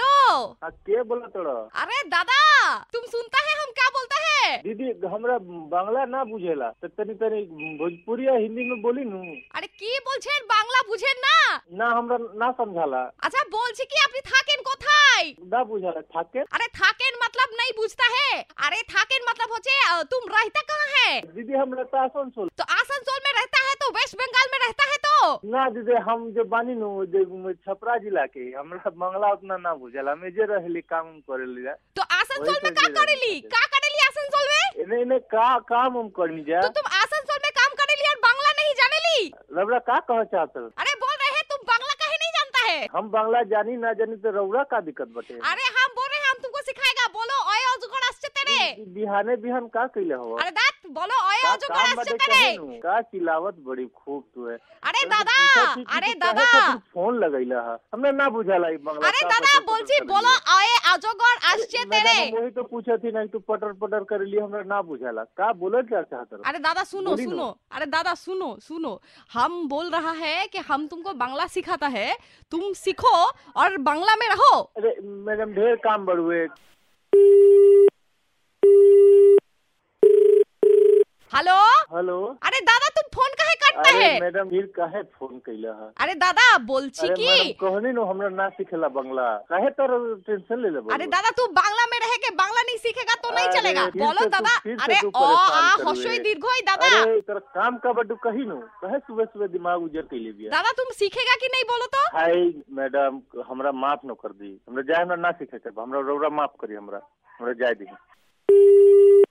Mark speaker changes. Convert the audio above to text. Speaker 1: हाँ के बोला तोड़ा
Speaker 2: अरे दादा तुम सुनता है हम क्या बोलता है
Speaker 1: दीदी हमरा बांग्ला ना बुझेला तो तनी तनी भोजपुरी या हिंदी में बोली नू
Speaker 2: আরে কি বলছেন বাংলা বুঝেন না
Speaker 1: ना हमरा ना समझाला
Speaker 2: আচ্ছা বলছি কি আপনি থাকেন কোথায়
Speaker 1: ना बुझाला ठाके
Speaker 2: আরে থাকেন मतलब नहीं বুঝতা है আরে থাকেন मतलब হচ্ছে আহ, तुम रहता कहाँ है
Speaker 1: दीदी हम रहता आसनसोल
Speaker 2: तो आसनसोल में रहता है तो वेस्ट बंगाल में रहता है तो
Speaker 1: ना दीदी हम जो बानी नू जो छपरा जिला के हमरा बांग्ला उतना ना बुझेला मैं जे रहली काम उम करेली जा
Speaker 2: तो आसनसोल
Speaker 1: वही
Speaker 2: में
Speaker 1: तो
Speaker 2: का
Speaker 1: जी
Speaker 2: करेली
Speaker 1: रहता है।
Speaker 2: का करेली आसनसोल में
Speaker 1: इने इने का काम उम करनी जा
Speaker 2: तो तुम आसनसोल में काम करेली और बांग्ला नहीं जानेली
Speaker 1: रबरा का कह चाहत
Speaker 2: अरे बोल रहे हैं तुम बांग्ला काहे नहीं जानता है
Speaker 1: हम बांग्ला जानी ना जानी तो रौरा का दिक्कत बटे
Speaker 2: अरे हम बोल रहे हैं हम तुमको सिखाएगा बोलो अय अजगर आस्ते तेरे
Speaker 1: बिहाने बिहान का कैले हो
Speaker 2: अरे दात बोलो अय
Speaker 1: का
Speaker 2: अजगर
Speaker 1: काम
Speaker 2: आस्ते
Speaker 1: बटे
Speaker 2: तेरे
Speaker 1: कहे नू? का चिलावत बड़ी खूब तू है तो
Speaker 2: अरे दादा अरे दादा
Speaker 1: ফোন লাগাইলা হা আমরা না বুঝালা এই বাংলা
Speaker 2: আরে দাদা বলছি বলো আয়ে আজগর আসছে তেরে
Speaker 1: ওই তো পুছাতি না একটু পটর পটর করে লিয়ে আমরা না বুঝালা কা বলে যা চাহত
Speaker 2: अरे दादा सुनो
Speaker 1: बोली ना।
Speaker 2: सुनो अरे दादा सुनो सुनो हम बोल रहा है कि हम तुमको बांग्ला सिखाता है तुम सीखो और बांग्ला में रहो
Speaker 1: अरे मैडम ढेर काम बड़ुए
Speaker 2: हेलो
Speaker 1: हेलो
Speaker 2: अरे दादा तुम फोन काहे काटता
Speaker 1: अरे
Speaker 2: है
Speaker 1: मैडम फिर काहे फोन कैला हा
Speaker 2: अरे दादा बोलची
Speaker 1: अरे मैडम
Speaker 2: की
Speaker 1: कहनी नो हमरा ना सिखेला बांग्ला काहे तर टेंशन ले लेबो
Speaker 2: अरे दादा तू बांग्ला में रह के बांग्ला नहीं सीखेगा तो नहीं
Speaker 1: अरे
Speaker 2: चलेगा
Speaker 1: फिर
Speaker 2: बोलो
Speaker 1: से तू-
Speaker 2: दादा
Speaker 1: फिर से
Speaker 2: अरे
Speaker 1: तू
Speaker 2: ओ आ
Speaker 1: परेशान कर
Speaker 2: हर्षोई
Speaker 1: रहे।
Speaker 2: दीर्घोई दादा
Speaker 1: अरे तर काम का बड्डू कही नो काहे सुबह सुबह दिमाग उजर कैले बिया
Speaker 2: दादा तुम सीखेगा कि नहीं बोलो तो
Speaker 1: हाय मैडम हमरा माफ न कर दी हमरा जाए हमरा ना सीखे के बा। हमरा रौरा माफ करी हमरा हमरा जाए दी